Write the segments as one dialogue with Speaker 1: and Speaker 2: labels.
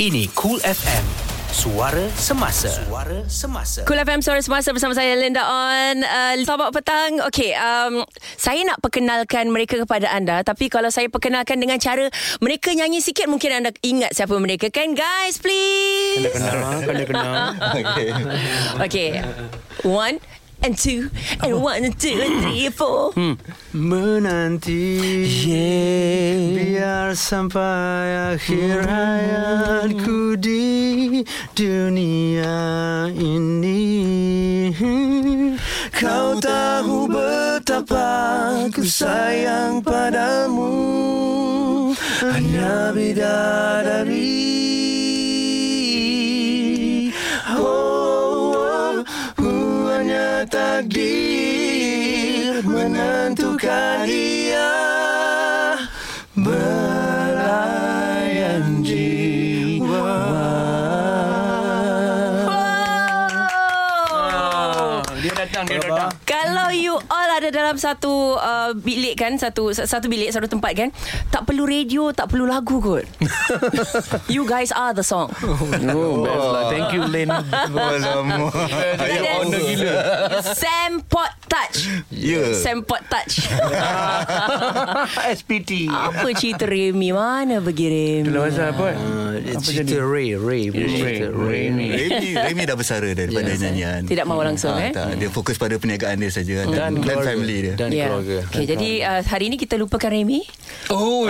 Speaker 1: Ini Cool FM. Suara semasa. Suara semasa.
Speaker 2: Cool FM Suara Semasa bersama saya Linda On uh, Selamat petang Okey um, Saya nak perkenalkan mereka kepada anda Tapi kalau saya perkenalkan dengan cara Mereka nyanyi sikit Mungkin anda ingat siapa mereka kan Guys please
Speaker 3: Kenal, Ah, kena kenal.
Speaker 4: Okay.
Speaker 2: Okey One and two And one and two and three four
Speaker 3: Hmm. Menanti yeah. Biar sampai akhir hayatku di dunia ini Kau tahu betapa ku sayang padamu Hanya bidadari Oh, oh, oh hanya takdir menentukan dia belayan jiwa.
Speaker 2: Oh.
Speaker 4: Dia datang, dia datang.
Speaker 2: Kalau you all ada dalam satu uh, bilik kan satu satu bilik satu tempat kan tak perlu radio tak perlu lagu kot You guys are the song
Speaker 3: Oh, best lah. Thank you, Lin.
Speaker 4: Alamak. Dia
Speaker 2: Yes.
Speaker 4: honor gila.
Speaker 2: kan? Sam Pot Touch
Speaker 4: Ya.
Speaker 2: Sam Pot Touch
Speaker 3: SPT.
Speaker 2: Apa cerita Remy Mana pergi Remy
Speaker 3: Lepas Lah, apa? eh? Apa Ah, cerita Ray, Ray. Cerita Ray ni.
Speaker 4: Remy, Remy dah bersara daripada
Speaker 2: Yes.
Speaker 4: nyanyian. Ah,
Speaker 2: Tidak mahu langsung,
Speaker 3: Ah,
Speaker 2: eh?
Speaker 4: Tak, dia fokus pada perniagaan dia saja
Speaker 3: Dan
Speaker 4: dan, dan
Speaker 3: keluarga.
Speaker 4: family dia.
Speaker 3: Dan
Speaker 2: Ya.
Speaker 3: keluarga.
Speaker 2: Okay, jadi uh, hari ini kita lupakan Remy.
Speaker 4: Oh,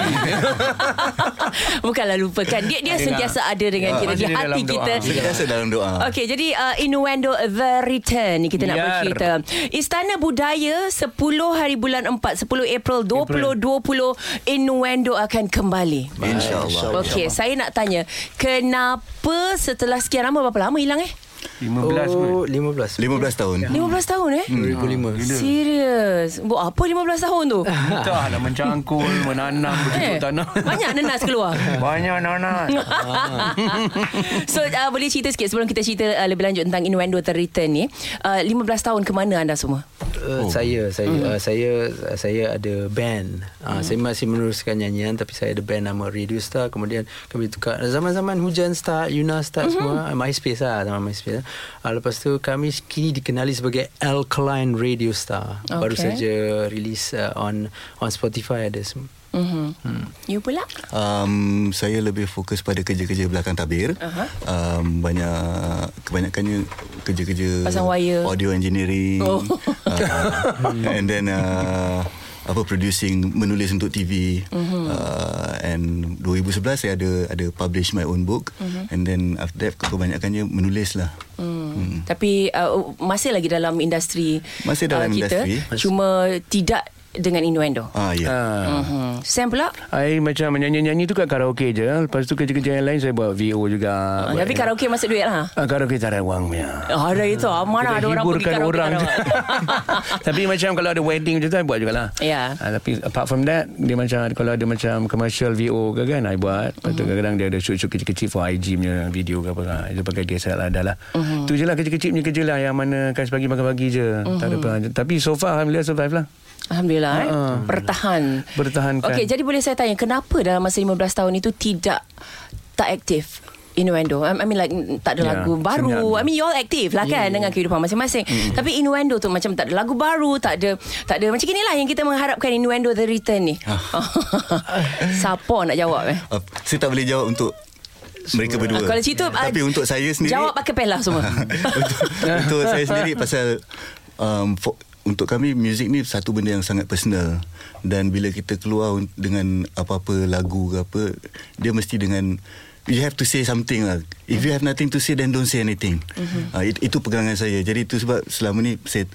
Speaker 2: Bukanlah lupakan. Dia dia
Speaker 3: Dia
Speaker 2: sentiasa ada dengan kita di
Speaker 3: lah. Ya, masih dia
Speaker 2: hati
Speaker 3: dalam doa.
Speaker 2: kita.
Speaker 4: biasa dalam doa.
Speaker 2: Okey, jadi uh, Innuendo The Return ni kita nak
Speaker 3: Biar.
Speaker 2: bercerita. Istana Budaya 10 hari bulan 4, 10 April 2020 Innuendo akan kembali.
Speaker 4: InsyaAllah.
Speaker 2: Okey, saya nak tanya, kenapa setelah sekian lama berapa lama hilang eh?
Speaker 3: 15 oh,
Speaker 4: 15
Speaker 3: 15.
Speaker 4: tahun.
Speaker 2: 15 tahun eh?
Speaker 3: 2005.
Speaker 2: Serius. Buat apa 15 tahun tu?
Speaker 5: Entahlah mencangkul, lah, menanam,
Speaker 2: Eh,
Speaker 5: bercucuk tanah.
Speaker 2: banyak nenas keluar.
Speaker 5: Banyak anak-anak.
Speaker 2: so uh, boleh cerita sikit sebelum kita cerita uh, lebih lanjut tentang Innuendo The Return ni. Uh, 15 tahun ke mana anda semua?
Speaker 3: Uh, saya saya uh, saya saya ada band. Uh, saya masih meneruskan nyanyian tapi saya ada band nama Radio Star kemudian kami tukar zaman-zaman Hujan Star, Yuna Star semua uh, MySpace lah zaman MySpace. Lah. Uh, lepas tu kami kini dikenali sebagai Alkaline Radio Star.
Speaker 2: Okay.
Speaker 3: Baru saja release uh, on on Spotify ada semua.
Speaker 2: Mm-hmm. You pula?
Speaker 4: Um, saya lebih fokus pada kerja-kerja belakang tabir.
Speaker 2: Aha.
Speaker 4: Um, banyak kebanyakannya kerja-kerja
Speaker 2: Pasang wire.
Speaker 4: audio engineering.
Speaker 2: Oh.
Speaker 4: Uh, and then uh, apa producing menulis untuk TV.
Speaker 2: Mhm.
Speaker 4: Mm-hmm. Uh, and 2011 saya ada ada publish my own book
Speaker 2: Mhm.
Speaker 4: mm-hmm. and then after that kebanyakannya menulis lah.
Speaker 2: Hmm. Tapi uh, masih lagi dalam industri uh,
Speaker 4: Masih dalam
Speaker 2: kita,
Speaker 4: industri.
Speaker 2: Cuma tidak dengan innuendo.
Speaker 4: Ah ya. Yeah.
Speaker 5: Ha.
Speaker 2: Hmm. Sam pula?
Speaker 5: I macam nyanyi-nyanyi tu kat karaoke je. Lepas tu kerja-kerja yang lain saya buat VO juga.
Speaker 2: Uh,
Speaker 5: Buat-
Speaker 2: Tapi karaoke masuk duit lah.
Speaker 5: Ah, karaoke tak ada wang punya.
Speaker 2: Ada itu. ah, Mana ada
Speaker 5: Kita
Speaker 2: orang pergi
Speaker 5: hiburkan
Speaker 2: karaoke.
Speaker 5: orang
Speaker 2: tak
Speaker 5: je.
Speaker 2: dapat.
Speaker 5: Tapi macam kalau ada wedding macam tu I buat jugalah
Speaker 2: Ya.
Speaker 5: Ah, Tapi apart from that Dia macam Kalau ada macam Commercial VO ke kan I buat Lepas
Speaker 2: Hmm.
Speaker 5: tu kadang-kadang Dia ada shoot-shoot kecil-kecil For IG punya video ke apa kan Itu pakai DSLR dah lah
Speaker 2: Hmm.
Speaker 5: Tu je lah kecil-kecil punya kerja lah Yang mana kan pagi makan pagi je Tak
Speaker 2: Hmm.
Speaker 5: ada apa Tapi so far Alhamdulillah survive lah
Speaker 2: Alhamdulillah. eh.
Speaker 5: Ha-ha.
Speaker 2: Bertahan.
Speaker 5: Bertahankan.
Speaker 2: Okey, jadi boleh saya tanya kenapa dalam masa 15 tahun itu tidak tak aktif? Innuendo I I mean like mm, Tak ada
Speaker 5: Ya,
Speaker 2: lagu baru
Speaker 5: senyap. Ya,
Speaker 2: I mean you all active lah kan yeah. Dengan kehidupan masing-masing Tapi Innuendo tu Macam tak ada lagu baru Tak ada Tak ada Macam inilah yang kita mengharapkan Innuendo The Return ni
Speaker 5: Ah.
Speaker 2: Siapa nak jawab eh
Speaker 4: Uh, saya tak boleh jawab untuk mereka berdua. Ya,
Speaker 2: Ah, kalau situ, ah,
Speaker 4: tapi untuk saya sendiri
Speaker 2: Jawab pakai pen lah semua
Speaker 4: untuk, untuk saya sendiri pasal um, for, untuk kami muzik ni satu benda yang sangat personal dan bila kita keluar un- dengan apa-apa lagu ke apa dia mesti dengan you have to say something lah if you have nothing to say then don't say anything mm-hmm. uh, it, itu pegangan saya jadi itu sebab selama ni saya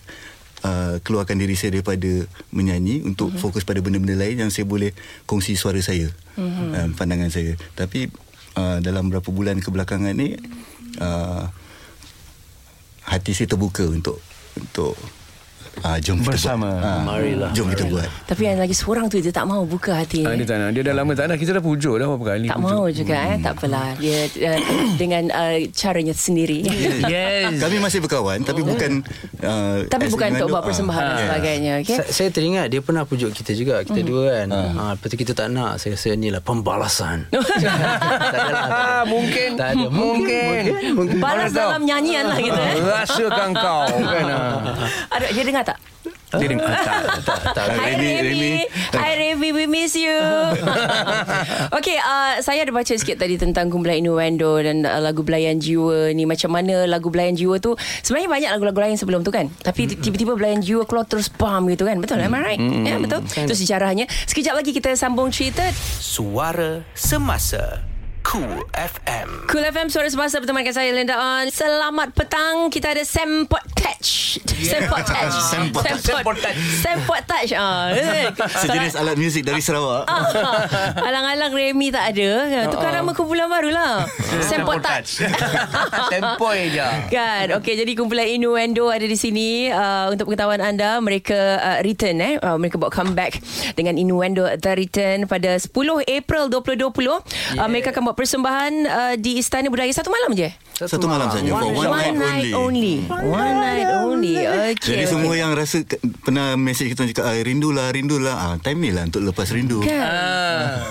Speaker 4: Uh, keluarkan diri saya daripada menyanyi untuk mm-hmm. fokus pada benda-benda lain yang saya boleh kongsi suara saya mm-hmm. um, pandangan saya tapi uh, dalam berapa bulan kebelakangan ni ah, uh, hati saya terbuka untuk untuk Ah, jom kita
Speaker 5: Bersama.
Speaker 4: Buat. Ah, Marilah. Jom kita buat.
Speaker 2: Tapi yang lagi seorang tu dia tak mau buka hati.
Speaker 5: Ah, dia tak nak. Dia dah lama tak nak. Kita dah pujuk dah berapa kali.
Speaker 2: Ya. tak
Speaker 5: pujuk.
Speaker 2: mau juga eh. Tak apalah. Dia uh, dengan uh, caranya sendiri.
Speaker 5: Yes. Oh.
Speaker 4: Kami masih berkawan tapi bukan uh,
Speaker 2: Tapi
Speaker 4: as
Speaker 2: bukan
Speaker 4: in
Speaker 2: untuk
Speaker 4: Mengandung,
Speaker 2: buat persembahan
Speaker 4: ah.
Speaker 2: dan
Speaker 4: Yeah.
Speaker 2: sebagainya. Okay?
Speaker 3: Okay. Saya teringat dia pernah pujuk kita juga Kita dua kan ha. Lepas tu kita tak nak Saya rasa ni lah pembalasan tak adalah, tak ada.
Speaker 5: Mungkin.
Speaker 3: Tak ada Mungkin, mungkin, mungkin.
Speaker 2: Balas
Speaker 5: Mana tahu?
Speaker 2: dalam nyanyian lah gitu eh.
Speaker 5: Rasakan kau kan. ah.
Speaker 2: Aduh, dia dengar tak?
Speaker 5: Dia dengar ah, tak.
Speaker 3: Tak, tak,
Speaker 2: Hi
Speaker 4: Remy,
Speaker 2: Remy.
Speaker 4: Remy.
Speaker 2: Hi Remy, we miss you. okay, uh, saya ada baca sikit tadi tentang Kumpulan Innuendo dan uh, lagu Belayan Jiwa ni. Macam mana lagu Belayan Jiwa tu, sebenarnya banyak lagu-lagu lain sebelum tu kan. Tapi tiba-tiba Belayan Jiwa keluar terus pam gitu kan. Betul, am I right? Ya, betul. Itu sejarahnya. Sekejap lagi kita sambung cerita
Speaker 1: Suara Semasa Cool FM
Speaker 2: Cool FM Suara Semasa bertemu dengan saya Linda On Selamat petang Kita ada Sam Pottage Sam Pottage
Speaker 4: Sam Pottage.
Speaker 2: Sam Pottage Sam Pottage ah, eh.
Speaker 4: Sejenis alat muzik dari Sarawak.
Speaker 2: Ah, Alang-alang Remy tak ada Ya, Tukar
Speaker 4: Uh-uh.
Speaker 2: nama kumpulan baru lah Sam Pottage
Speaker 5: Tempoi je.
Speaker 2: Kan Okay jadi kumpulan Innuendo Ada di sini uh, Untuk pengetahuan anda Mereka uh, return eh uh, Mereka buat comeback Dengan Innuendo The Return Pada 10 April 2020 yeah. uh, Mereka akan buat persembahan uh, Di Istana Budaya Satu malam je
Speaker 4: Satu malam saja for one night only.
Speaker 2: One night only. Okay.
Speaker 4: Jadi semua yang rasa ke- pernah message kita cakap ah, rindulah rindulah ah time ni lah untuk lepas rindu.
Speaker 2: Kan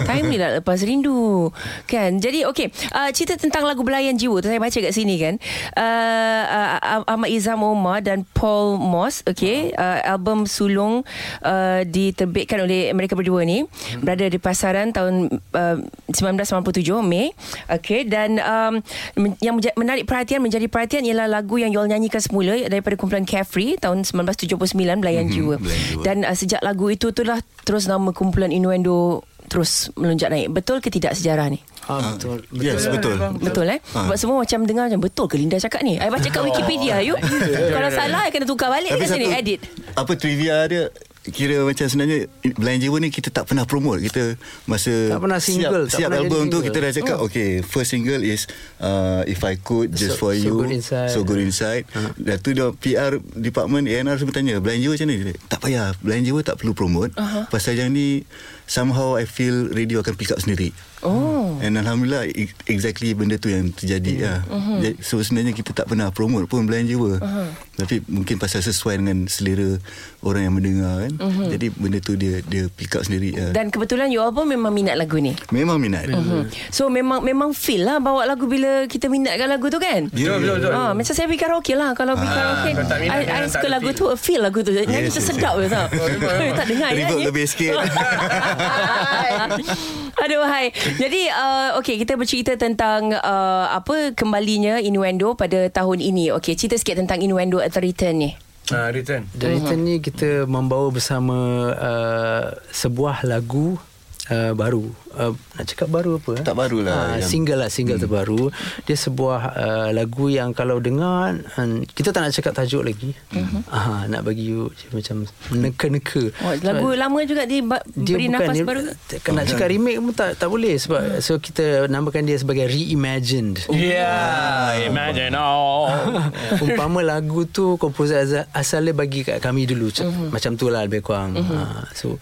Speaker 2: Time ni lah lepas rindu Kan Jadi okay uh, Cerita tentang lagu Belayan Jiwa tu Saya baca kat sini kan uh, uh, Ahmad Izam Omar Dan Paul Moss Okay uh, Album Sulung uh, Diterbitkan oleh mereka berdua ni Berada di pasaran tahun uh, 1997 Mei Okay Dan um, men- Yang menja- menarik perhatian Menjadi perhatian Ialah lagu yang Yol nyanyikan semula Daripada kumpulan Carefree Tahun 1979 Belayan Jiwa
Speaker 4: Belayan Jiwa.
Speaker 2: Dan dan uh, sejak lagu itu itulah terus nama kumpulan Innuendo terus melonjak naik. Betul ke tidak sejarah ni?
Speaker 3: Ah, betul.
Speaker 4: Yes, betul.
Speaker 2: Betul eh? Ha.
Speaker 4: Ha. Oh.
Speaker 2: Sebab semua macam dengar macam betul ke Linda cakap ni? Saya baca kat Wikipedia you. Kalau salah I kena tukar balik kat sini edit.
Speaker 4: Apa trivia dia Kira macam sebenarnya Blind Jiwa ni Kita tak pernah promote Kita Masa
Speaker 3: Tak pernah single,
Speaker 4: Siap,
Speaker 3: tak
Speaker 4: siap
Speaker 3: pernah
Speaker 4: album
Speaker 3: jadi
Speaker 4: tu
Speaker 3: single.
Speaker 4: Kita dah cakap oh. Okay First single is uh, If I Could Just
Speaker 3: So-
Speaker 4: For
Speaker 3: So
Speaker 4: You
Speaker 3: Good Inside.
Speaker 4: So Good Inside
Speaker 2: Ha.
Speaker 4: uh-huh. Dah tu dah PR Department A&R semua tanya Blind Jiwa macam mana Tak payah Blind Jiwa tak perlu promote uh-huh. Pasal yang ni Somehow I feel Radio akan pick up sendiri
Speaker 2: Oh. Hmm.
Speaker 4: And Alhamdulillah e- Exactly benda tu yang terjadi yeah. lah.
Speaker 2: Mhm.
Speaker 4: Jadi, So sebenarnya kita tak pernah promote pun Belayan Jiwa uh-huh. Tapi mungkin pasal sesuai dengan selera Orang yang mendengar kan uh-huh. Jadi benda tu dia dia pick up sendiri
Speaker 2: Mhm.
Speaker 4: uh.
Speaker 2: Dan kebetulan you all pun memang minat lagu ni.
Speaker 4: Memang minat
Speaker 2: Hmm.
Speaker 4: uh-huh.
Speaker 2: So memang memang feel lah bawa lagu bila kita minatkan lagu tu kan?
Speaker 5: Betul, betul, betul.
Speaker 2: Ha, macam saya pergi karaoke lah Kalau pergi karaoke
Speaker 5: kalau tak minat,
Speaker 2: I,
Speaker 5: kan
Speaker 2: I
Speaker 5: tak
Speaker 2: suka
Speaker 5: ada
Speaker 2: lagu
Speaker 5: feel.
Speaker 2: tu a Feel lagu tu Nyanyi
Speaker 4: Ah. Yes,
Speaker 2: tu
Speaker 4: yes,
Speaker 2: sedap je tau Tak dengar ya
Speaker 4: Ribut
Speaker 2: ni?
Speaker 4: lebih sikit
Speaker 2: Aduh hai. Jadi uh, okey kita bercerita tentang uh, apa kembalinya Innuendo pada tahun ini. Okey cerita sikit tentang Innuendo at the return ni.
Speaker 5: Ah, return.
Speaker 3: Dari uh-huh. ni kita membawa bersama uh, sebuah lagu uh, baru. Uh, nak cakap baru apa? eh?
Speaker 4: Tak baru lah,
Speaker 3: Ah,
Speaker 4: yang-
Speaker 3: single lah, single hmm. terbaru. Dia sebuah uh, lagu yang kalau dengar um, kita tak nak cakap tajuk lagi. Uh-huh. Ah, nak bagi you macam neka-neka.
Speaker 2: Oh, lagu
Speaker 3: Sebab-
Speaker 2: lama juga dia, ba-
Speaker 3: dia
Speaker 2: beri
Speaker 3: bukan
Speaker 2: nafas
Speaker 3: dia,
Speaker 2: baru. Hmm.
Speaker 3: tak- Nak cakap remake pun tak tak boleh sebab so kita namakan dia sebagai reimagined.
Speaker 2: Oh.
Speaker 5: Yeah, imagine all.
Speaker 3: Umpama lagu tu komposer asal, asalnya bagi kat kami dulu.
Speaker 2: Mhm.
Speaker 3: Mm-hmm. Macam tu lah lebih kurang. Mm-hmm. Ha, so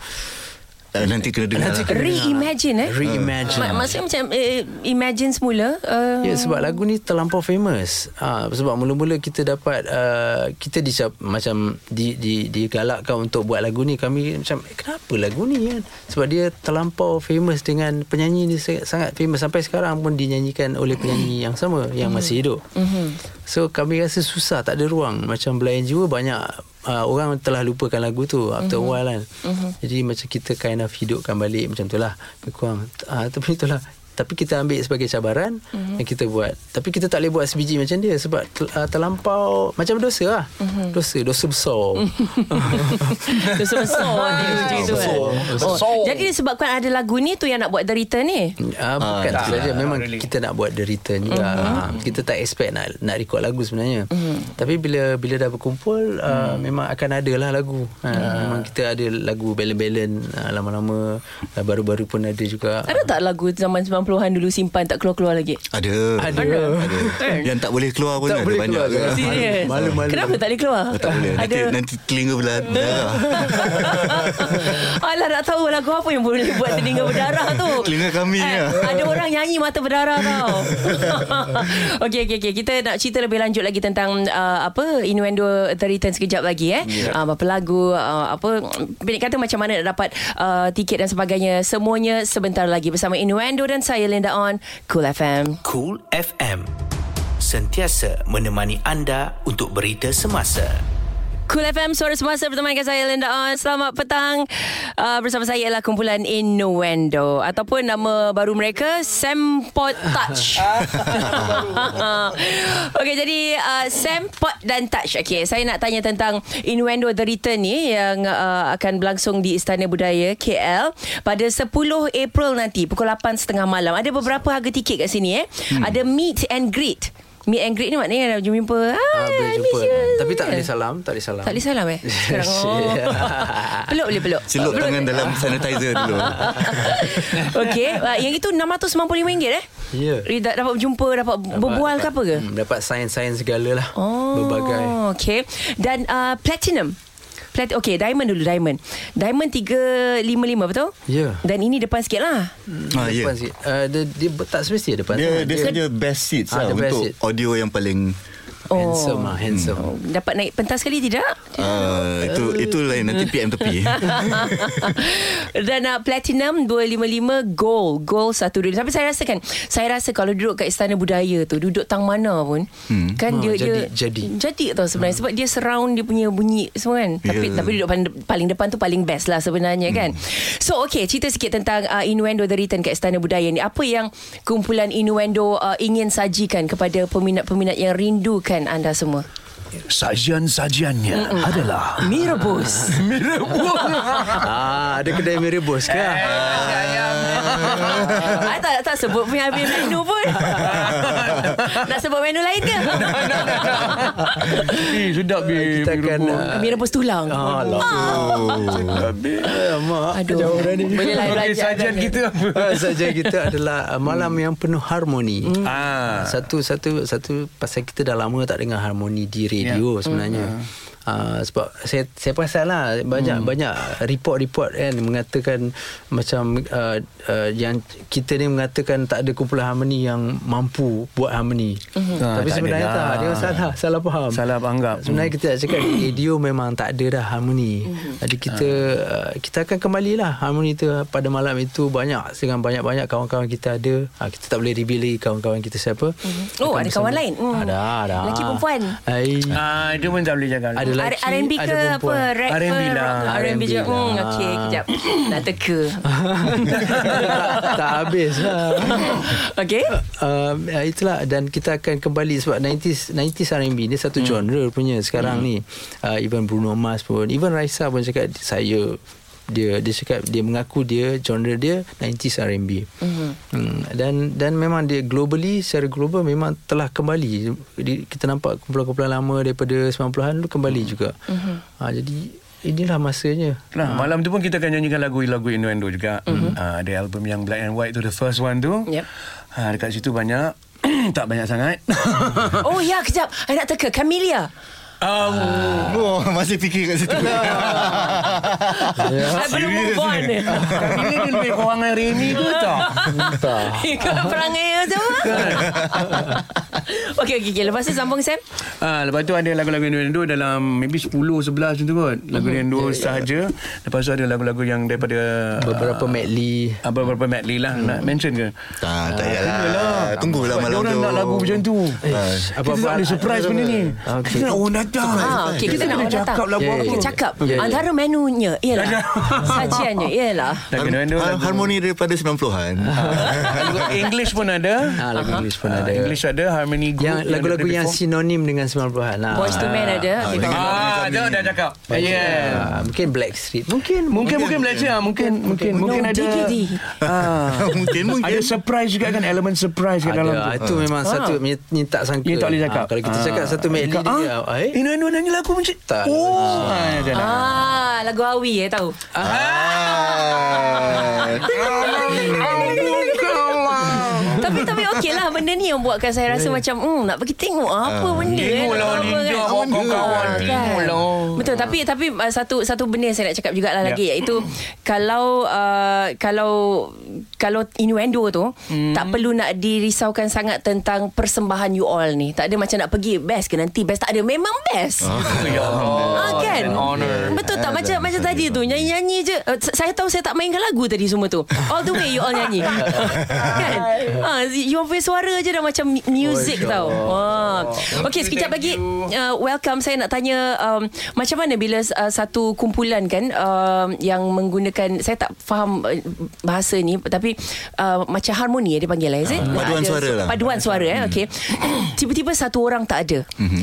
Speaker 4: Ah, Nanti kena dengar lah.
Speaker 3: nanti kena
Speaker 2: Reimagine,
Speaker 3: dengar
Speaker 2: eh?
Speaker 3: lah. Reimagine.
Speaker 2: Ma- maksudnya macam eh, imagine semula. Uh,
Speaker 3: Ya sebab lagu ni terlampau famous. Ha, sebab mula-mula kita dapat uh, kita dicap macam di di digalakkan untuk buat lagu ni kami macam eh, kenapa lagu ni kan? Sebab dia terlampau famous dengan penyanyi ni sangat, sangat famous sampai sekarang pun dinyanyikan oleh penyanyi yang sama yang masih hidup. So kami rasa susah tak ada ruang macam Belayan Jiwa banyak uh, orang telah lupakan lagu tu after a while kan. Jadi macam kita kind of hidupkan balik macam tu lah. Lebih Kurang uh, tapi itulah tapi kita ambil sebagai cabaran mm-hmm. yang kita buat tapi kita tak boleh buat sebiji macam dia sebab tel- uh, terlampau macam dosa lah mm-hmm. dosa dosa besar
Speaker 2: Dosa besar dia macam itu kan.
Speaker 5: Besar.
Speaker 2: Oh, jadi disebabkan ada lagu ni tu yang nak buat The Return ni.
Speaker 3: Ah, bukan
Speaker 4: tak,
Speaker 3: tu saja
Speaker 5: tak
Speaker 3: memang
Speaker 5: really.
Speaker 3: kita nak buat the return juga mm-hmm. kita tak expect nak nak record lagu sebenarnya mm-hmm. tapi bila bila dah berkumpul uh, memang akan ada lah lagu ha, memang kita ada lagu balance-balance uh, lama-lama uh, ah, baru-baru pun ada juga
Speaker 2: Ada tak lagu zaman 90 90-an dulu simpan tak keluar-keluar lagi?
Speaker 4: Ada.
Speaker 3: Ada. Ada.
Speaker 4: ada. Yang tak boleh keluar pun
Speaker 3: Tak
Speaker 4: ada
Speaker 3: boleh
Speaker 4: banyak.
Speaker 3: keluar.
Speaker 4: Keluar.
Speaker 2: Serius?
Speaker 3: Malu-malu.
Speaker 2: Kenapa tak boleh keluar?
Speaker 4: Tak boleh. Nanti,
Speaker 2: Ada
Speaker 4: nanti telinga berdarah.
Speaker 2: Alah nak tahu lagu apa yang boleh buat telinga berdarah tu. Eh,
Speaker 4: Telinga kami ya.
Speaker 2: Ada orang nyanyi mata berdarah tau. okey okey okey kita nak cerita lebih lanjut lagi tentang uh, apa Innuendo The Return sekejap lagi eh. Yeah.
Speaker 4: Ya.
Speaker 2: Uh, apa lagu uh, apa pendek kata macam mana nak dapat uh, tiket dan sebagainya semuanya sebentar lagi bersama Innuendo dan saya Linda On Cool FM.
Speaker 1: Cool FM. Sentiasa menemani anda untuk berita semasa.
Speaker 2: Cool FM Suara Semasa berteman dengan saya Linda On Selamat petang uh, Bersama saya ialah kumpulan Innuendo Ataupun nama baru mereka Sempot Touch Okay jadi uh, Sempot dan Touch Okay saya nak tanya tentang Innuendo The Return ni Yang uh, akan berlangsung di Istana Budaya KL Pada 10 April nanti Pukul 8.30 malam Ada beberapa harga tiket kat sini eh hmm. Ada meet and greet Meet and greet ni maknanya dah jumpa
Speaker 3: Ah,
Speaker 2: Hai, I
Speaker 3: boleh jumpa.
Speaker 2: miss you.
Speaker 3: Tapi tak boleh salam, tak boleh salam.
Speaker 2: Tak boleh salam eh Sekarang oh.
Speaker 3: Shit.
Speaker 2: Peluk boleh peluk
Speaker 4: Celup
Speaker 2: Peluk
Speaker 4: tangan
Speaker 2: boleh.
Speaker 4: dalam sanitizer dulu.
Speaker 2: Okey uh, Yang itu RM695 eh
Speaker 3: Ya.
Speaker 2: Eh, da- Dapat berjumpa Dapat, dapat berbual ke apa ke
Speaker 3: Hmm, dapat sains-sains segala lah.
Speaker 2: Oh
Speaker 3: Berbagai.
Speaker 2: Okey Dan uh, platinum Plat okay, diamond dulu, diamond. Diamond 355, betul?
Speaker 3: Ya.
Speaker 2: Dan ini depan sikit lah.
Speaker 4: ha, ya.
Speaker 3: Depan sikit. Uh, dia, dia ber- tak semestinya depan
Speaker 4: Dia
Speaker 3: sangat.
Speaker 4: dia saja best seats
Speaker 3: Ah,
Speaker 4: lah
Speaker 3: the best
Speaker 4: untuk
Speaker 3: seat.
Speaker 4: audio yang paling
Speaker 2: Oh.
Speaker 3: handsome lah, handsome.
Speaker 2: Dapat naik pentas sekali tidak?
Speaker 4: Ah, itu itu lain nanti PM tepi.
Speaker 2: Dan uh, platinum 255 gold gold 125 tapi saya rasa kan saya rasa kalau duduk kat istana budaya tu duduk tang mana pun hmm. kan
Speaker 3: Ha,
Speaker 2: dia
Speaker 3: jadi-
Speaker 2: dia
Speaker 3: jadi.
Speaker 2: jadi tau sebenarnya sebab dia surround dia punya bunyi semua kan yeah. tapi
Speaker 4: Ya.
Speaker 2: tapi duduk paling, paling depan tu paling best lah sebenarnya hmm. kan so okay cerita sikit tentang uh, Innuendo The Return kat istana budaya ni apa yang kumpulan Innuendo uh, ingin sajikan kepada peminat-peminat yang rindukan anda semua
Speaker 5: Sajian-sajiannya Mm-mm. adalah
Speaker 2: mie rebus
Speaker 3: ah, ada kedai Mary Bos ke?
Speaker 2: Ah, tak, tak sebut punya habis menu pun Nak sebut menu lain ke?
Speaker 5: Eh, sedap babe.
Speaker 3: Kita akan... ah,
Speaker 2: Mie rebus tulang
Speaker 3: Ah, lah. Alamak.
Speaker 2: Aduh Boleh lah
Speaker 5: Okey,
Speaker 2: belajar kan?
Speaker 5: sajian kita apa?
Speaker 3: Ah, Saja kita adalah ah, malam yang penuh harmoni.
Speaker 5: Ah.
Speaker 3: Satu satu satu pasal kita dah lama tak dengar harmoni di radio
Speaker 5: Ya.
Speaker 3: yeah. sebenarnya.
Speaker 5: Hmm.
Speaker 3: Mm. Uh, sebab saya saya perasan lah banyak hmm. banyak report-report kan mengatakan macam uh, uh, yang kita ni mengatakan tak ada kumpulan harmoni yang mampu buat harmoni. Hmm.
Speaker 5: Ah, tak
Speaker 3: Tapi
Speaker 5: ada lah.
Speaker 3: sebenarnya
Speaker 5: dah.
Speaker 3: tak dia salah salah faham.
Speaker 5: Salah anggap.
Speaker 3: Sebenarnya kita nak cakap radio memang tak ada dah harmoni.
Speaker 2: Mhm.
Speaker 3: Jadi kita uh, kita akan kembalilah harmoni tu pada malam itu banyak dengan banyak-banyak kawan-kawan kita ada. Uh, kita tak boleh reveal lagi kawan-kawan kita siapa.
Speaker 2: Oh, ada
Speaker 3: Akan bersama.
Speaker 2: kawan lain? Hmm.
Speaker 3: Ada, ada.
Speaker 2: Lelaki perempuan?
Speaker 3: Ai.
Speaker 5: Ah, itu pun tak boleh jaga.
Speaker 3: Ada lelaki,
Speaker 2: R&B ke
Speaker 3: ada
Speaker 2: apa?
Speaker 3: perempuan.
Speaker 2: Rap ke?
Speaker 5: R&B lah.
Speaker 2: Rock- R&B je
Speaker 3: R&B lah.
Speaker 2: hmm, Okay kejap Nak teka
Speaker 3: tak, tak habis lah.
Speaker 2: Okay
Speaker 3: uh, itulah dan kita akan kembali sebab 90s 90s R&B ni satu hmm. genre punya sekarang hmm. ni uh, even Bruno Mars pun even Raisa pun cakap saya dia dia cakap dia mengaku dia genre dia 90s R&B. Mm-hmm. Hmm, dan dan memang dia globally secara global memang telah kembali Di- kita nampak kumpulan-kumpulan lama daripada 90-an tu kembali juga. Mm-hmm. Ha, jadi inilah masanya.
Speaker 5: Nah, malam tu pun kita akan nyanyikan lagu-lagu Innuendo juga. Ah, ada album yang Black and White tu, the first one tu.
Speaker 2: Mhm. Yep.
Speaker 5: Ah, dekat situ banyak. tak banyak sangat.
Speaker 2: Oh ya kejap I nak teka Camellia
Speaker 5: um,
Speaker 4: Oh, masih fikir kat situ.
Speaker 3: Ya.
Speaker 2: I belum move on
Speaker 5: Ini dia lebih korang hari ni ke tak?
Speaker 2: Ikut perangai yang sama Okay okay okay Lepas tu sambung Sam
Speaker 5: Ah, lepas tu ada lagu-lagu Innuendo dalam maybe 10 11 macam tu kot. Lagu
Speaker 2: Mhm. Ya,
Speaker 5: Innuendo sahaja. Lepas tu ada lagu-lagu yang daripada
Speaker 3: Beberapa medley
Speaker 5: ah, beberapa medley lah nak mention ke?
Speaker 4: tak, tak payahlah. Tunggulah lah
Speaker 5: Sebab
Speaker 4: malam
Speaker 5: dia
Speaker 4: tu.
Speaker 5: orang nak lagu macam tu. Eh,
Speaker 4: Ah,
Speaker 5: Kita tak boleh surprise benda ni.
Speaker 3: Okey.
Speaker 5: Kita nak orang datang.
Speaker 2: Ah, okay, kita, nak
Speaker 5: kena
Speaker 2: orang datang.
Speaker 5: cakap lagu
Speaker 3: Yeah,
Speaker 5: apa.
Speaker 2: Kita cakap.
Speaker 3: Yeah, yeah.
Speaker 2: Antara menunya ialah sajiannya ialah.
Speaker 5: Lagu Innuendo.
Speaker 4: har-
Speaker 5: lagu-
Speaker 4: harmoni daripada 90-an.
Speaker 5: Lagu English pun ada.
Speaker 3: Ah, lagu English pun
Speaker 5: Ah,
Speaker 3: ada.
Speaker 5: English ada Harmony Group.
Speaker 3: yang lagu-lagu yang
Speaker 5: daripada
Speaker 3: sinonim dengan 90-an lah.
Speaker 2: Boys to Men ada.
Speaker 4: Ah,
Speaker 2: Okay,
Speaker 4: dengan
Speaker 2: faham.
Speaker 5: Ah,
Speaker 4: Harmony
Speaker 5: dah
Speaker 4: kami.
Speaker 5: dah cakap. Yeah.
Speaker 3: Ah, mungkin Black Street. Mungkin
Speaker 5: Mungkin mungkin Malaysia mungkin mungkin mungkin
Speaker 2: No,
Speaker 5: ada.
Speaker 2: diggity.
Speaker 5: Ah.
Speaker 4: mungkin mungkin.
Speaker 5: Ada surprise juga kan Elemen surprise kat dalam tu
Speaker 3: ada. ah, Itu memang
Speaker 2: Ah.
Speaker 3: satu ni, ni tak sangka.
Speaker 5: Ni tak boleh cakap
Speaker 3: Ah, kalau kita cakap satu medley
Speaker 5: Cakap,
Speaker 3: dia
Speaker 5: ah,
Speaker 3: eh.
Speaker 5: Inu Inu nyanyi lagu macam
Speaker 3: Tak.
Speaker 5: Oh ah, dah, dah.
Speaker 2: Ah, lagu Awi eh tahu.
Speaker 4: Ah.
Speaker 5: Ah,
Speaker 2: sikit lah benda ni yang buatkan saya rasa macam hmm, nak pergi tengok apa uh, benda eh,
Speaker 5: Ah. Tengoklah
Speaker 2: nak apa
Speaker 5: Linda,
Speaker 2: kan.
Speaker 5: awak kawan-kawan,
Speaker 2: Ah, kan.
Speaker 5: tengoklah. Ya.
Speaker 2: Betul tapi tapi uh, satu satu benda yang saya nak cakap jugalah lagi iaitu kalau uh, kalau kalau innuendo tu
Speaker 5: Hmm.
Speaker 2: tak perlu nak dirisaukan sangat tentang persembahan you all ni. Tak ada macam nak pergi best ke nanti best tak ada memang best.
Speaker 5: Ya Allah.
Speaker 2: Ah kan
Speaker 5: An honor.
Speaker 2: Betul tak
Speaker 4: Yeah,
Speaker 2: Macam
Speaker 4: yeah,
Speaker 2: macam
Speaker 4: yeah.
Speaker 2: tadi tu Nyanyi-nyanyi je Eh, s- Saya tahu saya tak mainkan lagu tadi semua tu All the way you all nyanyi Kan ha, You punya suara je dah macam mu- music tau Wah. Okay sekejap lagi
Speaker 5: Thank you.
Speaker 2: uh, Welcome Saya nak tanya um, Macam mana bila uh, Satu kumpulan kan um, Yang menggunakan Saya tak faham uh, Bahasa ni Tapi uh, Macam harmoni Dia panggil lah is it?
Speaker 4: Paduan
Speaker 2: Ada-
Speaker 4: suara lah. Hmm.
Speaker 2: Paduan suara eh okey. Tiba-tiba satu orang tak ada.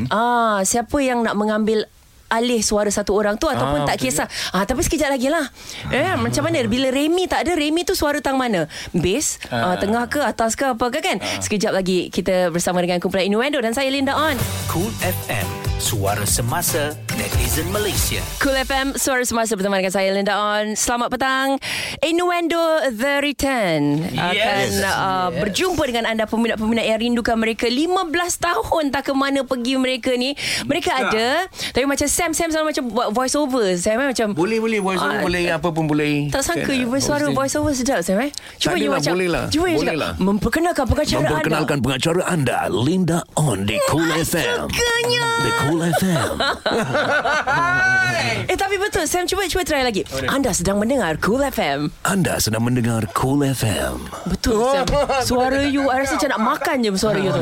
Speaker 2: Ah, siapa yang nak mengambil alih suara satu orang tu ataupun
Speaker 5: Ah,
Speaker 2: tak
Speaker 5: betul Ah.
Speaker 2: kisah. Ah tapi sekejap lagi lah. Eh macam mana bila Remy tak ada Remy tu suara tang mana? Bass, ah.
Speaker 5: Ah.
Speaker 2: tengah ke atas ke apa ke kan? Sekejap lagi kita bersama dengan kumpulan Innuendo dan saya Linda On.
Speaker 1: Cool FM, suara semasa netizen Malaysia.
Speaker 2: Cool FM Suara Semasa bersama dengan saya Linda On. Selamat petang. Innuendo The Return akan
Speaker 5: Yes.
Speaker 2: uh, berjumpa dengan anda peminat-peminat yang rindukan mereka 15 tahun tak ke mana pergi mereka ni. Mereka ada tapi macam Sam Sam selalu macam buat voice over. Sam eh, macam
Speaker 5: lah. Boleh boleh voice
Speaker 2: Ah,
Speaker 5: over boleh apa pun boleh.
Speaker 2: tak sangka you bersuara
Speaker 5: Obviously.
Speaker 2: voice over sedap Sam eh. Cuba
Speaker 5: Tak
Speaker 2: you
Speaker 5: adalah,
Speaker 2: macam
Speaker 5: boleh lah.
Speaker 2: Cuba you
Speaker 5: Boleh
Speaker 2: cakap
Speaker 5: lah.
Speaker 2: memperkenalkan pengacara anda.
Speaker 6: Memperkenalkan pengacara anda Linda On di Cool FM
Speaker 2: sukanya.
Speaker 6: The Cool FM
Speaker 2: Eh tapi betul Sam cuba cuba try lagi. Anda sedang mendengar Cool FM.
Speaker 6: Anda sedang mendengar Cool FM
Speaker 2: Betul Sam Suara you I rasa macam nak makan je Suara you tu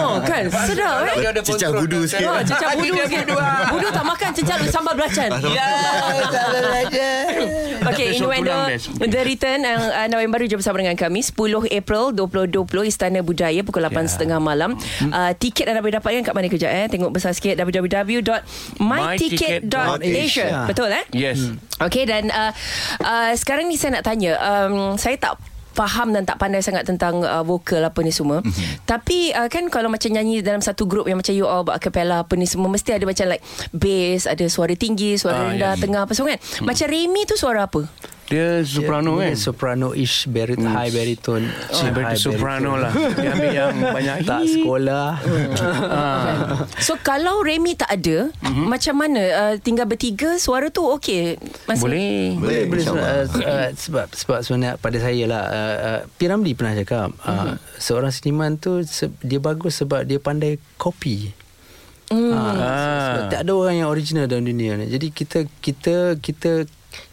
Speaker 2: Oh kan Sedap eh
Speaker 5: Dia ada
Speaker 4: Cicak
Speaker 5: control
Speaker 4: budu
Speaker 5: tu,
Speaker 4: sikit.
Speaker 5: Sam.
Speaker 2: Oh, cecah budu
Speaker 5: Dia
Speaker 2: sikit.
Speaker 5: budu, ah.
Speaker 2: Budu tak makan cecah sambal belacan.
Speaker 5: Tapi
Speaker 2: Okay,
Speaker 5: sup
Speaker 2: Innuendo
Speaker 5: tulang best.
Speaker 2: The Return yang uh, November jumpa bersama dengan kami 10 April 2020 Istana Budaya pukul 8.30 malam. Uh, tiket anda boleh dapatkan kat mana kejap eh. Tengok besar sikit www.myticket.asia.
Speaker 3: Ah.
Speaker 2: Betul eh?
Speaker 5: Yes.
Speaker 2: Okay dan uh, uh, sekarang ni saya nak tanya um, saya tak faham dan tak pandai sangat tentang uh, vokal apa ni semua.
Speaker 5: Mhm.
Speaker 2: Mm-hmm. Tapi uh, kan kalau macam nyanyi dalam satu grup yang macam you all buat acapella apa ni semua mesti ada macam like bass, ada suara tinggi, suara
Speaker 5: Ah, Mhm.
Speaker 2: rendah,
Speaker 5: yes.
Speaker 2: tengah apa semua kan. Macam Remy tu suara apa?
Speaker 5: Dia soprano
Speaker 3: Dia
Speaker 5: kan?
Speaker 3: Soprano-ish barit, High baritone
Speaker 5: Oh,
Speaker 3: high
Speaker 5: soprano
Speaker 3: baritone.
Speaker 5: lah. Dia ambil yang banyak
Speaker 3: Tak sekolah
Speaker 2: So kalau Remy tak ada, mm-hmm.
Speaker 5: Mhm.
Speaker 2: macam mana uh, tinggal bertiga suara tu okey. Masih
Speaker 5: Boleh.
Speaker 4: Boleh,
Speaker 3: Boleh, boleh
Speaker 4: insyaAllah.
Speaker 3: uh, uh, sebab sebab sebenarnya pada saya lah uh, uh, P. Ramlee pernah cakap
Speaker 5: Mhm.
Speaker 3: uh, seorang seniman tu se- dia bagus sebab dia pandai copy.
Speaker 5: Hmm.
Speaker 3: Mm. sebab
Speaker 5: Ah.
Speaker 3: tak ada orang yang original dalam dunia ni. Jadi kita kita kita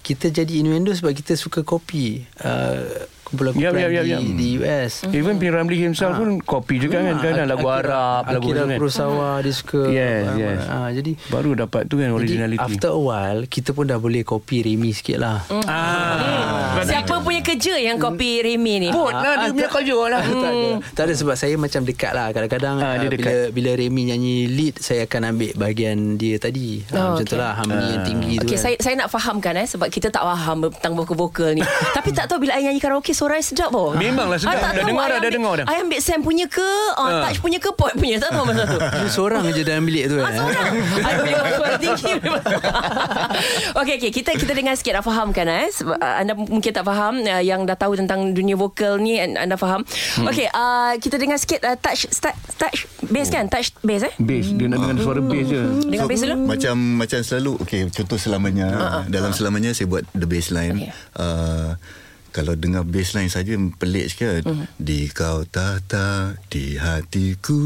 Speaker 3: kita jadi innuendo sebab kita suka copy uh, kumpulan-kumpulan
Speaker 5: Yup, yup, yup,
Speaker 3: di,
Speaker 5: yup.
Speaker 3: di US.
Speaker 5: Even P. Ramlee himself pun copy Hmm. juga
Speaker 3: Ha,
Speaker 5: kan kadang lagu Arab, lagu macam
Speaker 3: Akira
Speaker 5: kan.
Speaker 3: Kurosawa dia suka.
Speaker 5: Yes,
Speaker 3: uh,
Speaker 5: yes.
Speaker 3: Uh, jadi
Speaker 5: Baru dapat tu kan
Speaker 3: jadi
Speaker 5: originality. Hmm.
Speaker 3: after a while kita pun dah boleh copy Remy sikit lah.
Speaker 2: Hmm.
Speaker 5: Ah.
Speaker 2: Siapa punya kerja yang copy Remy ni?
Speaker 5: Put lah dia punya kerja lah.
Speaker 3: tak ada.
Speaker 2: Hmm.
Speaker 3: Tak ada sebab saya macam dekat lah kadang-kadang
Speaker 5: Ah,
Speaker 3: ha,
Speaker 5: dia
Speaker 3: bila bila Remy nyanyi lead saya akan ambil bahagian dia tadi.
Speaker 2: Oh,
Speaker 3: Ha, oh, macam
Speaker 2: okay.
Speaker 3: okay. itulah harmoni yang tinggi tu.
Speaker 2: Okay,
Speaker 3: kan.
Speaker 2: saya, saya nak fahamkan eh sebab kita tak faham tentang vokal-vokal ni. Tapi tak tahu bila I nyanyi karaoke suara I sedap Ah, boh.
Speaker 5: Memanglah sedap. Dah dengar dah, dah dengar dah. Ah.
Speaker 2: I ambil Sam punya ke, uh, touch punya ke, pot punya. Tak tahu masa tu.
Speaker 3: You seorang je dalam bilik tu.
Speaker 2: Ah,
Speaker 3: eh.
Speaker 2: seorang. I boleh buat suara tinggi. okay, okay. Kita kita dengar sikit dah fahamkan eh. Sebab, uh, anda mungkin tak faham. Uh, yang dah tahu tentang dunia vokal ni and- anda faham. Hmm. Okay, uh, kita dengar sikit uh, touch, start, touch bass kan? Touch bass eh?
Speaker 5: Bass. Dia nak dengan suara bass je.
Speaker 2: Dengar bass dulu.
Speaker 4: Hmm. Macam macam selalu okay, contoh selamanya
Speaker 2: Ha,
Speaker 4: uh-huh. dalam selamanya saya buat the baseline.
Speaker 2: Okey.
Speaker 4: Okay. Uh, kalau dengar baseline saja pelik sikit.
Speaker 2: Hmm.
Speaker 4: Uh-huh. Di kau tata di hatiku.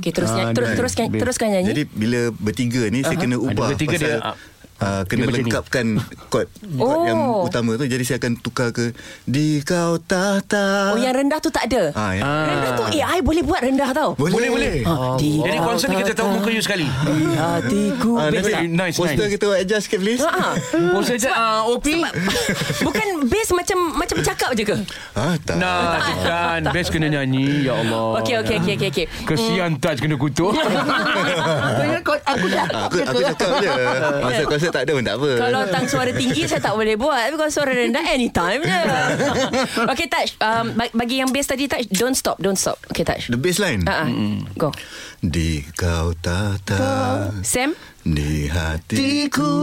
Speaker 2: Okay, terus,
Speaker 5: Ah,
Speaker 2: nyanyi, terus,
Speaker 5: bass,
Speaker 2: teruskan,
Speaker 5: bass.
Speaker 2: teruskan nyanyi.
Speaker 4: Jadi bila bertiga ni uh-huh. saya kena ubah
Speaker 5: bertiga
Speaker 4: pasal
Speaker 5: dia up.
Speaker 4: Uh, kena
Speaker 5: Dia macam ni.
Speaker 4: lengkapkan chord, chord
Speaker 2: Oh.
Speaker 4: yang utama tu jadi saya akan tukar ke di kau tata.
Speaker 2: Oh yang rendah tu tak ada
Speaker 4: Ah, ya.
Speaker 2: Rendah tu AI boleh buat rendah tau
Speaker 5: Boleh, boleh.
Speaker 2: Ha, di
Speaker 5: Jadi
Speaker 2: kau
Speaker 5: concern ni kita Ah, tahu
Speaker 2: tata,
Speaker 5: muka you sekali.
Speaker 2: Di hatiku
Speaker 4: Ah,
Speaker 2: Bass
Speaker 4: nanti
Speaker 2: tak?
Speaker 5: nice,
Speaker 4: poster
Speaker 5: nice.
Speaker 4: kita adjust sikit please.
Speaker 2: Ha, ha.
Speaker 5: Oh, saya cakap ah, OP.
Speaker 2: Bukan bass macam Macam bercakap je ke
Speaker 4: Ah, tak.
Speaker 5: Nah, takkan. Bass kena nyanyi. Ya Allah.
Speaker 2: Okey okey okey okey okay.
Speaker 5: Kesian touch kena kutuk.
Speaker 4: Aku aku cakap je. Masa konsert tak ada pun tak apa.
Speaker 2: Kalau tang suara tinggi Saya tak boleh buat Tapi kalau suara rendah Anytime je Okay touch um, ba- Bagi yang bass tadi touch Don't stop Don't stop Okay touch
Speaker 4: The baseline.
Speaker 2: Ha, ha. Go
Speaker 4: Di kau tata
Speaker 2: Sam
Speaker 4: di hatiku.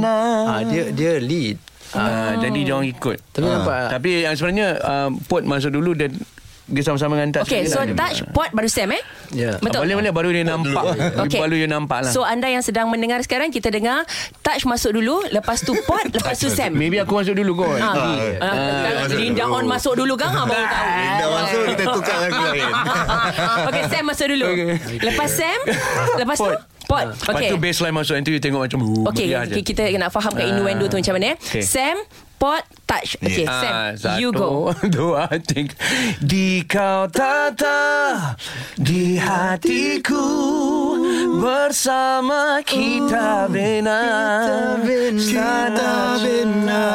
Speaker 3: Ah, dia dia lead.
Speaker 5: Ah, Jadi dia orang ikut.
Speaker 3: Tapi
Speaker 5: Ah.
Speaker 3: nampak tak?
Speaker 5: Tapi yang sebenarnya ah, Pot masa dulu dia dia sama-sama dengan touch.
Speaker 2: Okay,
Speaker 5: lagi
Speaker 2: so
Speaker 5: lah.
Speaker 2: touch pot baru Sam eh?
Speaker 3: Ya.
Speaker 2: Betul?
Speaker 5: Boleh-boleh baru dia nampak.
Speaker 2: Okey.
Speaker 5: Baru dia nampak lah.
Speaker 2: So anda yang sedang mendengar sekarang Kita dengar Touch masuk dulu Lepas tu pot Lepas tu Sam
Speaker 5: Maybe aku masuk dulu kot.
Speaker 2: Ah, ah, kalau
Speaker 4: masuk
Speaker 2: Linda
Speaker 4: dulu.
Speaker 2: on masuk dulu kan ah, baru tahu. Ah,
Speaker 4: Linda masuk, kita tukar lagu lain.
Speaker 2: Okey, Sam masuk dulu. Lepas Sam, lepas tu pot.
Speaker 5: Lepas
Speaker 2: Okey.
Speaker 5: tu baseline masuk Nanti you tengok macam "Oh,
Speaker 2: Okey, okay, kita nak fahamkan
Speaker 5: Ah.
Speaker 2: innuendo tu macam mana eh.
Speaker 5: Okey. Ah,
Speaker 2: Sam, pot, touch. Okey, Sam, you go.
Speaker 5: Dua tiga Di kau tata Di hatiku Bersama
Speaker 2: Oh,
Speaker 5: kita bina Kita bina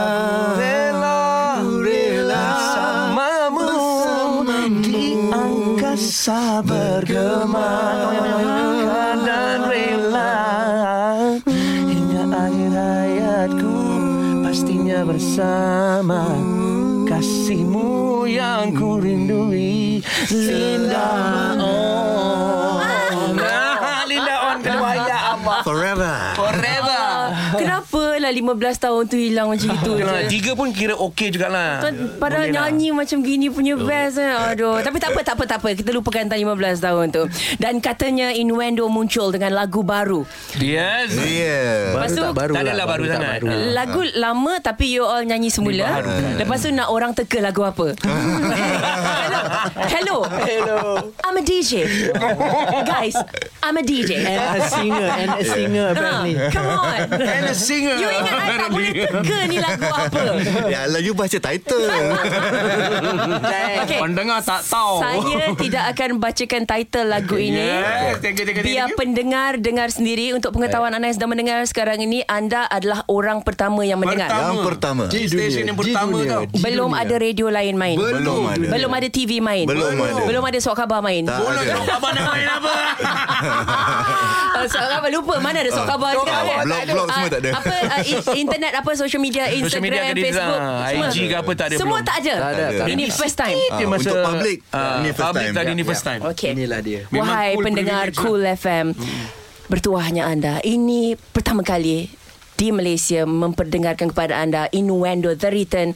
Speaker 5: Rela Rela Bersamamu Di angkasa bergema Dan rela Hingga akhir hayatku Pastinya bersama Kasihmu yang ku rindui Linda on Ah, Linda on kedua ya apa
Speaker 4: Forever.
Speaker 5: Forever
Speaker 2: Kenapa lah 15 tahun tu hilang macam itu je?
Speaker 5: Yelah, Tiga pun kira okey jugalah
Speaker 2: Tuan, Padahal
Speaker 5: Boleh lah.
Speaker 2: nyanyi macam gini punya best eh. Aduh Tapi tak apa tak apa tak apa Kita lupakan tahun 15 tahun tu Dan katanya Innuendo muncul dengan lagu baru
Speaker 5: Yes
Speaker 4: Yeah.
Speaker 2: Lepas tu
Speaker 3: tak baru
Speaker 5: tak
Speaker 3: lah,
Speaker 5: adalah baru
Speaker 3: tak
Speaker 5: sangat.
Speaker 2: Lagu lama tapi you all nyanyi semula.
Speaker 5: kan?
Speaker 2: Lepas tu nak orang teka lagu apa? Hello. Hello. I'm a DJ. Guys, I'm a DJ.
Speaker 3: And a Ah, singer And a singer apparently
Speaker 2: Ah, come on.
Speaker 5: And a singer
Speaker 2: You ingat I tak boleh teka ni lagu apa?
Speaker 4: Ya Allah, you baca title.
Speaker 2: Okay.
Speaker 5: Pendengar tak tahu
Speaker 2: Saya tidak akan bacakan title
Speaker 5: Ya.
Speaker 2: lagu ini.
Speaker 5: Yes, thank you, thank you, thank
Speaker 2: Biar
Speaker 5: you.
Speaker 2: pendengar dengar sendiri untuk
Speaker 5: Eh.
Speaker 2: pengetahuan anda yang sedang mendengar sekarang ini anda adalah orang pertama yang mendengar.
Speaker 4: Yang pertama.
Speaker 5: Stesen yang pertama tau
Speaker 2: Belum ada radio lain main.
Speaker 4: Belum ada.
Speaker 2: Belum ada TV main.
Speaker 4: Belum ada.
Speaker 2: Belum ada surat khabar main.
Speaker 4: Tak
Speaker 5: Bola
Speaker 4: ada.
Speaker 5: jauh abang nak main apa
Speaker 2: Ah, surat khabar lupa mana ada surat khabar
Speaker 4: Blog,
Speaker 2: sekarang. kan?
Speaker 4: blog,
Speaker 2: Ah,
Speaker 4: blog semua tak ada.
Speaker 2: Apa ah, in- internet apa social media Instagram,
Speaker 5: Social media ke dia
Speaker 2: Facebook,
Speaker 5: dah.
Speaker 2: semua.
Speaker 5: IG Ah, ke apa tak ada
Speaker 2: Semua
Speaker 5: belum.
Speaker 2: tak ada.
Speaker 3: Tak ada, tak ada.
Speaker 2: Ini first time.
Speaker 4: Ah,
Speaker 5: Dia masa
Speaker 4: untuk public,
Speaker 5: ah,
Speaker 4: ini first
Speaker 5: Public
Speaker 4: time.
Speaker 5: tadi ni
Speaker 4: Ya,
Speaker 5: first time
Speaker 2: Okey.
Speaker 3: Inilah dia
Speaker 5: Memang
Speaker 2: Wahai
Speaker 5: cool
Speaker 2: pendengar
Speaker 5: privilege lah.
Speaker 2: Cool FM Bertuahnya anda Ini pertama kali Di Malaysia Memperdengarkan kepada anda Innuendo The Return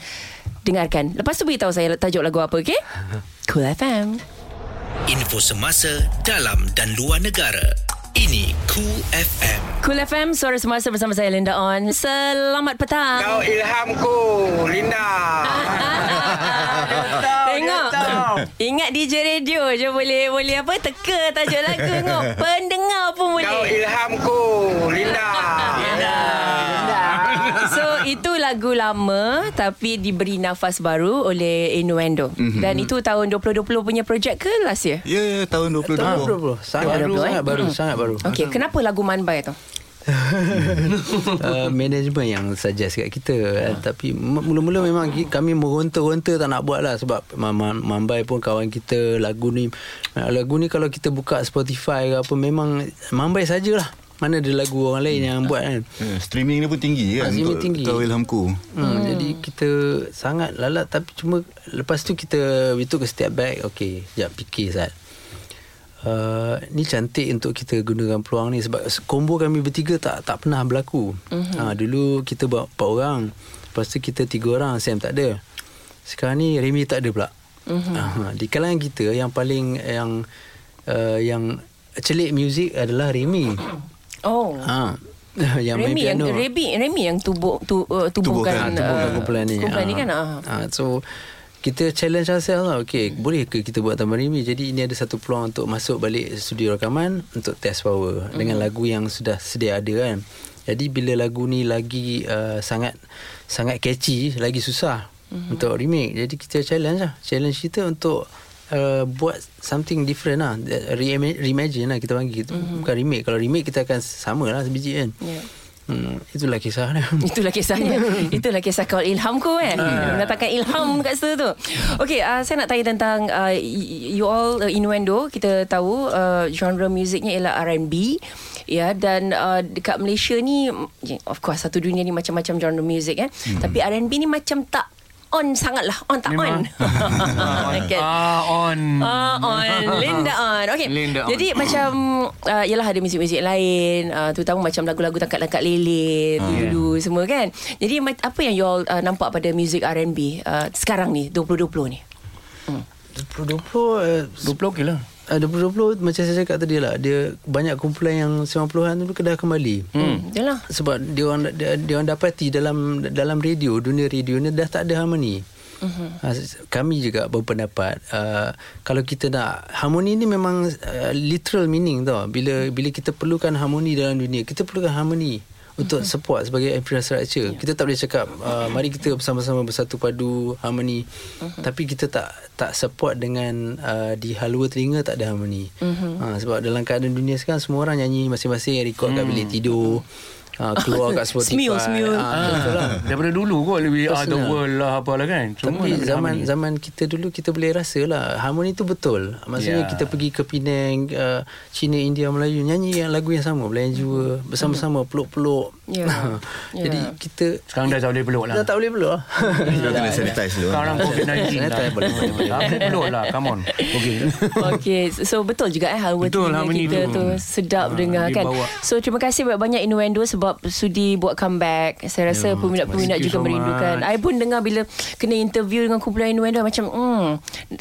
Speaker 2: Dengarkan Lepas tu beritahu saya Tajuk lagu apa okay? Cool FM
Speaker 1: Info semasa dalam dan luar negara. Ini Cool FM.
Speaker 2: Cool FM Suara Semasa bersama saya Linda On Selamat petang
Speaker 7: Kau ilhamku, Linda.
Speaker 2: Tengok Ingat DJ radio je boleh Boleh apa Teka tajuk lagu Tengok Pendengar pun
Speaker 7: Kau
Speaker 2: boleh
Speaker 7: ilhamku, Linda.
Speaker 2: So itu lagu lama Tapi diberi nafas baru Oleh Innuendo mm-hmm. Dan itu tahun 2020 punya projek ke last year?
Speaker 4: Ya, yeah, tahun 2020.
Speaker 3: Baru, sangat baru,
Speaker 2: Baru, eh?
Speaker 3: sangat baru, sangat baru.
Speaker 2: Okay, kenapa lagu Manbai tu?
Speaker 3: uh, management yang suggest kat kita uh, tapi m- mula-mula memang ki- kami meronta-ronta tak nak buat lah sebab Ma- Ma- Mambai pun kawan kita lagu ni uh, lagu ni kalau kita buka Spotify ke apa memang Mambai sajalah mana ada lagu orang lain yang buat kan
Speaker 4: Yeah, Eh, streaming ni pun tinggi kan
Speaker 3: Streaming
Speaker 4: untuk
Speaker 3: tinggi.
Speaker 4: Kau ilhamku.
Speaker 3: Hmm, hmm. Jadi kita sangat lalat Tapi cuma lepas tu kita Itu ke step back Okay Sekejap fikir Zat uh, Ni cantik untuk kita gunakan peluang ni Sebab combo kami bertiga tak tak pernah berlaku
Speaker 2: Mhm.
Speaker 3: mm-hmm. ha, Dulu kita buat empat orang Lepas tu kita tiga orang Sam tak ada Sekarang ni Remy tak ada pula
Speaker 2: Mhm.
Speaker 3: mm-hmm. ha, Di kalangan kita yang paling Yang uh, yang celik muzik adalah Remy
Speaker 2: Oh,
Speaker 3: ha, Yang main
Speaker 2: Remy yang
Speaker 3: piano
Speaker 2: Remy, Remy yang tubuh tu, uh, tubuhkan,
Speaker 4: Tubuhkan,
Speaker 3: Tubuhkan Kan? kumpulan ni
Speaker 2: kumpulan ni
Speaker 3: Ah.
Speaker 2: kan. Ah.
Speaker 3: Ah, So kita challenge ourselves lah Okay boleh ke kita buat tambah remi Jadi ini ada satu peluang Untuk masuk balik studio rekaman Untuk test power mm. Dengan
Speaker 2: Mhm.
Speaker 3: lagu yang sudah sedia ada kan Jadi bila lagu ni lagi uh, Sangat Sangat catchy Lagi susah mm-hmm.
Speaker 2: Mhm.
Speaker 3: Untuk remake Jadi kita challenge lah Challenge kita untuk Uh, buat something different lah Re- Reimagine lah kita panggil mm-hmm. Bukan remake Kalau remake kita akan sama lah sebiji kan
Speaker 2: Mhm. Ya.
Speaker 3: hmm, Itulah kisah dia
Speaker 2: Itulah kisahnya Itulah kisah kau ilhamku eh
Speaker 3: Ah.
Speaker 2: Mendatangkan ilham kat situ tu Okay uh, saya nak tanya tentang uh, y- You all uh, innuendo Kita tahu uh, genre muziknya ialah R&B Ya dan uh, dekat ya,
Speaker 3: Hmm.
Speaker 2: Malaysia ni mm, Of course satu dunia ni macam-macam genre muzik eh Tapi R&B ni macam tak on sangatlah. On tak on. okay.
Speaker 5: Ah, on.
Speaker 2: Ah, on Linda on Okay
Speaker 5: Linda on.
Speaker 2: Jadi macam uh, Yelah ada muzik-muzik lain uh, Terutama macam lagu-lagu Tangkat-tangkat lele
Speaker 5: Hmm.
Speaker 2: Dulu-dulu semua kan Jadi ma- apa yang you all uh, Nampak pada muzik R&B uh, Sekarang ni 2020 ni
Speaker 3: 2020 uh,
Speaker 5: 20 okey lah.
Speaker 3: Uh, 2020 macam saya cakap tadi lah Dia banyak kumpulan yang 90-an dulu dah kembali hmm.
Speaker 2: Yalah
Speaker 3: Sebab dia orang dia, dia orang dapati dalam dalam radio Dunia radio ni dah tak ada harmoni Uh-huh. Kami juga berpendapat uh, kalau kita nak harmoni ni memang uh, literal meaning tau. Bila bila kita perlukan harmoni dalam dunia, kita perlukan harmoni untuk support sebagai infrastructure. Kita tak boleh cakap uh, mari kita bersama-sama bersatu padu harmoni uh-huh. tapi kita tak tak support dengan uh, di halua telinga tak ada harmoni. Uh-huh. Ha, sebab dalam keadaan dunia sekarang semua orang nyanyi masing-masing record kat bilik tidur. Ha, keluar kat Spotify.
Speaker 2: Smule, smule.
Speaker 3: Ha, betul lah.
Speaker 5: Daripada dulu kot lebih ah, the
Speaker 3: Personal.
Speaker 5: world lah apalah kan. Semua
Speaker 3: Tapi
Speaker 5: nak kena
Speaker 3: zaman
Speaker 5: harmoni.
Speaker 3: zaman kita dulu kita boleh rasa lah harmoni tu betul.
Speaker 5: Ya.
Speaker 3: Maksudnya yeah. kita pergi ke Penang, uh, Cina, India, Melayu nyanyi yang lagu yang sama, Belayan Jua bersama-sama peluk-peluk.
Speaker 2: Ya.
Speaker 3: Jadi
Speaker 2: Ya.
Speaker 3: kita
Speaker 5: sekarang dah tak boleh peluk lah.
Speaker 3: dah tak boleh peluk. lah.
Speaker 4: Kau kena sanitize dulu eh.
Speaker 5: Sekarang COVID-19
Speaker 3: Saya
Speaker 5: lah.
Speaker 3: tak boleh, boleh, boleh.
Speaker 5: Tak boleh peluk lah. Come on. Okey.
Speaker 2: Okay So betul juga eh Harmoni
Speaker 5: Betul,
Speaker 2: telinga
Speaker 5: harmoni
Speaker 2: kita
Speaker 5: tu.
Speaker 2: tu Sedap
Speaker 5: Ha,
Speaker 2: dengar
Speaker 5: dia
Speaker 2: kan
Speaker 5: bawa.
Speaker 2: So terima kasih banyak-banyak Innuendo Sebab sudi buat comeback Saya rasa peminat-peminat
Speaker 5: Thank you
Speaker 2: juga
Speaker 5: Ya, so
Speaker 2: merindukan
Speaker 5: much.
Speaker 2: I pun dengar bila Kena interview dengan kumpulan Innuendo Macam hmm,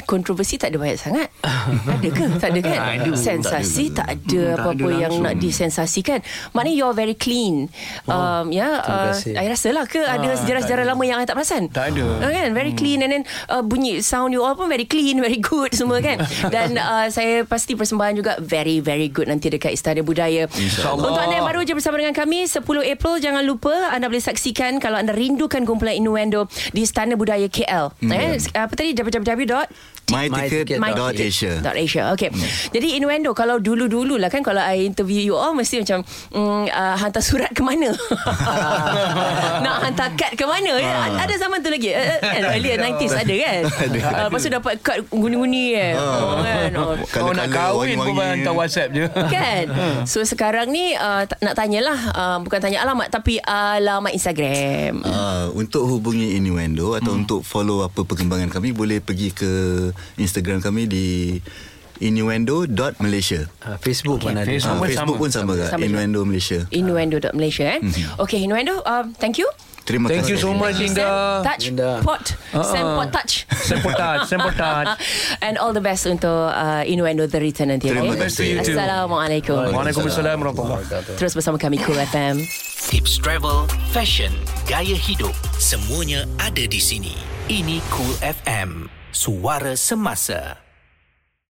Speaker 2: Kontroversi tak ada banyak sangat Ada ke? Tak ada kan?
Speaker 5: Tak ada.
Speaker 2: Sensasi tak
Speaker 5: Hmm,
Speaker 2: ada
Speaker 5: tak
Speaker 2: Apa-apa
Speaker 5: ada
Speaker 2: yang
Speaker 5: langsung.
Speaker 2: nak disensasikan Maknanya you're very clean um, Ya
Speaker 3: Terima
Speaker 2: uh,
Speaker 3: kasih.
Speaker 2: I rasa lah ke Ada sejarah-sejarah lama yang I tak perasan
Speaker 5: Ah, Tak ada. Hmm.
Speaker 2: Ah, kan very clean and then uh, bunyi sound you all pun very clean very good semua kan dan uh, saya pasti persembahan juga very very good nanti dekat Istana Budaya
Speaker 5: InsyaAllah.
Speaker 2: untuk anda yang baru je bersama dengan kami 10 April jangan lupa anda boleh saksikan kalau anda rindukan kumpulan Innuendo di Istana Budaya KL
Speaker 5: Hmm.
Speaker 2: eh, apa tadi www.
Speaker 4: myticket.asia
Speaker 2: Dot Asia. Okay. Hmm. Jadi Innuendo kalau dulu-dulu lah kan kalau I interview you all mesti macam mm, uh, hantar surat ke mana? Nak hantar kad ke mana? Ya, a- ada zaman tu lagi. Uh, kan? Earlier 90s ada kan? Ah, Lepas tu dapat kad guni-guni kan. Oh, kan? Oh.
Speaker 5: Kalau nak kahwin pun hantar WhatsApp je.
Speaker 2: Kan So sekarang ni uh, ta- Nak tanyalah uh, Bukan tanya alamat Tapi alamat Instagram
Speaker 4: Ah, untuk hubungi Innuendo atau hmm. untuk follow apa perkembangan kami boleh pergi ke Instagram kami di innuendo.malaysia.
Speaker 3: Ah, Facebook pun ada.
Speaker 5: Facebook.
Speaker 4: Ah,
Speaker 5: Sama,
Speaker 4: Facebook
Speaker 5: sama.
Speaker 4: pun sama, kan
Speaker 2: Sama juga.
Speaker 4: Innuendo Malaysia.
Speaker 2: Innuendo.malaysia eh? Okay Innuendo uh, Thank you
Speaker 4: Terima
Speaker 5: Thank
Speaker 4: kasih.
Speaker 5: you so much, Linda.
Speaker 2: Touch
Speaker 3: Linda.
Speaker 2: Pot Sam
Speaker 5: Ah, ah.
Speaker 2: Pot Touch
Speaker 5: Sempotat, sempotat.
Speaker 2: And all the best untuk uh, Innuendo The Return nanti.
Speaker 4: Terima
Speaker 2: okay?
Speaker 4: kasih.
Speaker 2: Assalamualaikum.
Speaker 5: Waalaikumsalam warahmatullahi
Speaker 2: Terus bersama kami Cool FM.
Speaker 1: Tips travel, fashion, gaya hidup, semuanya ada di sini. Ini Cool FM, suara semasa.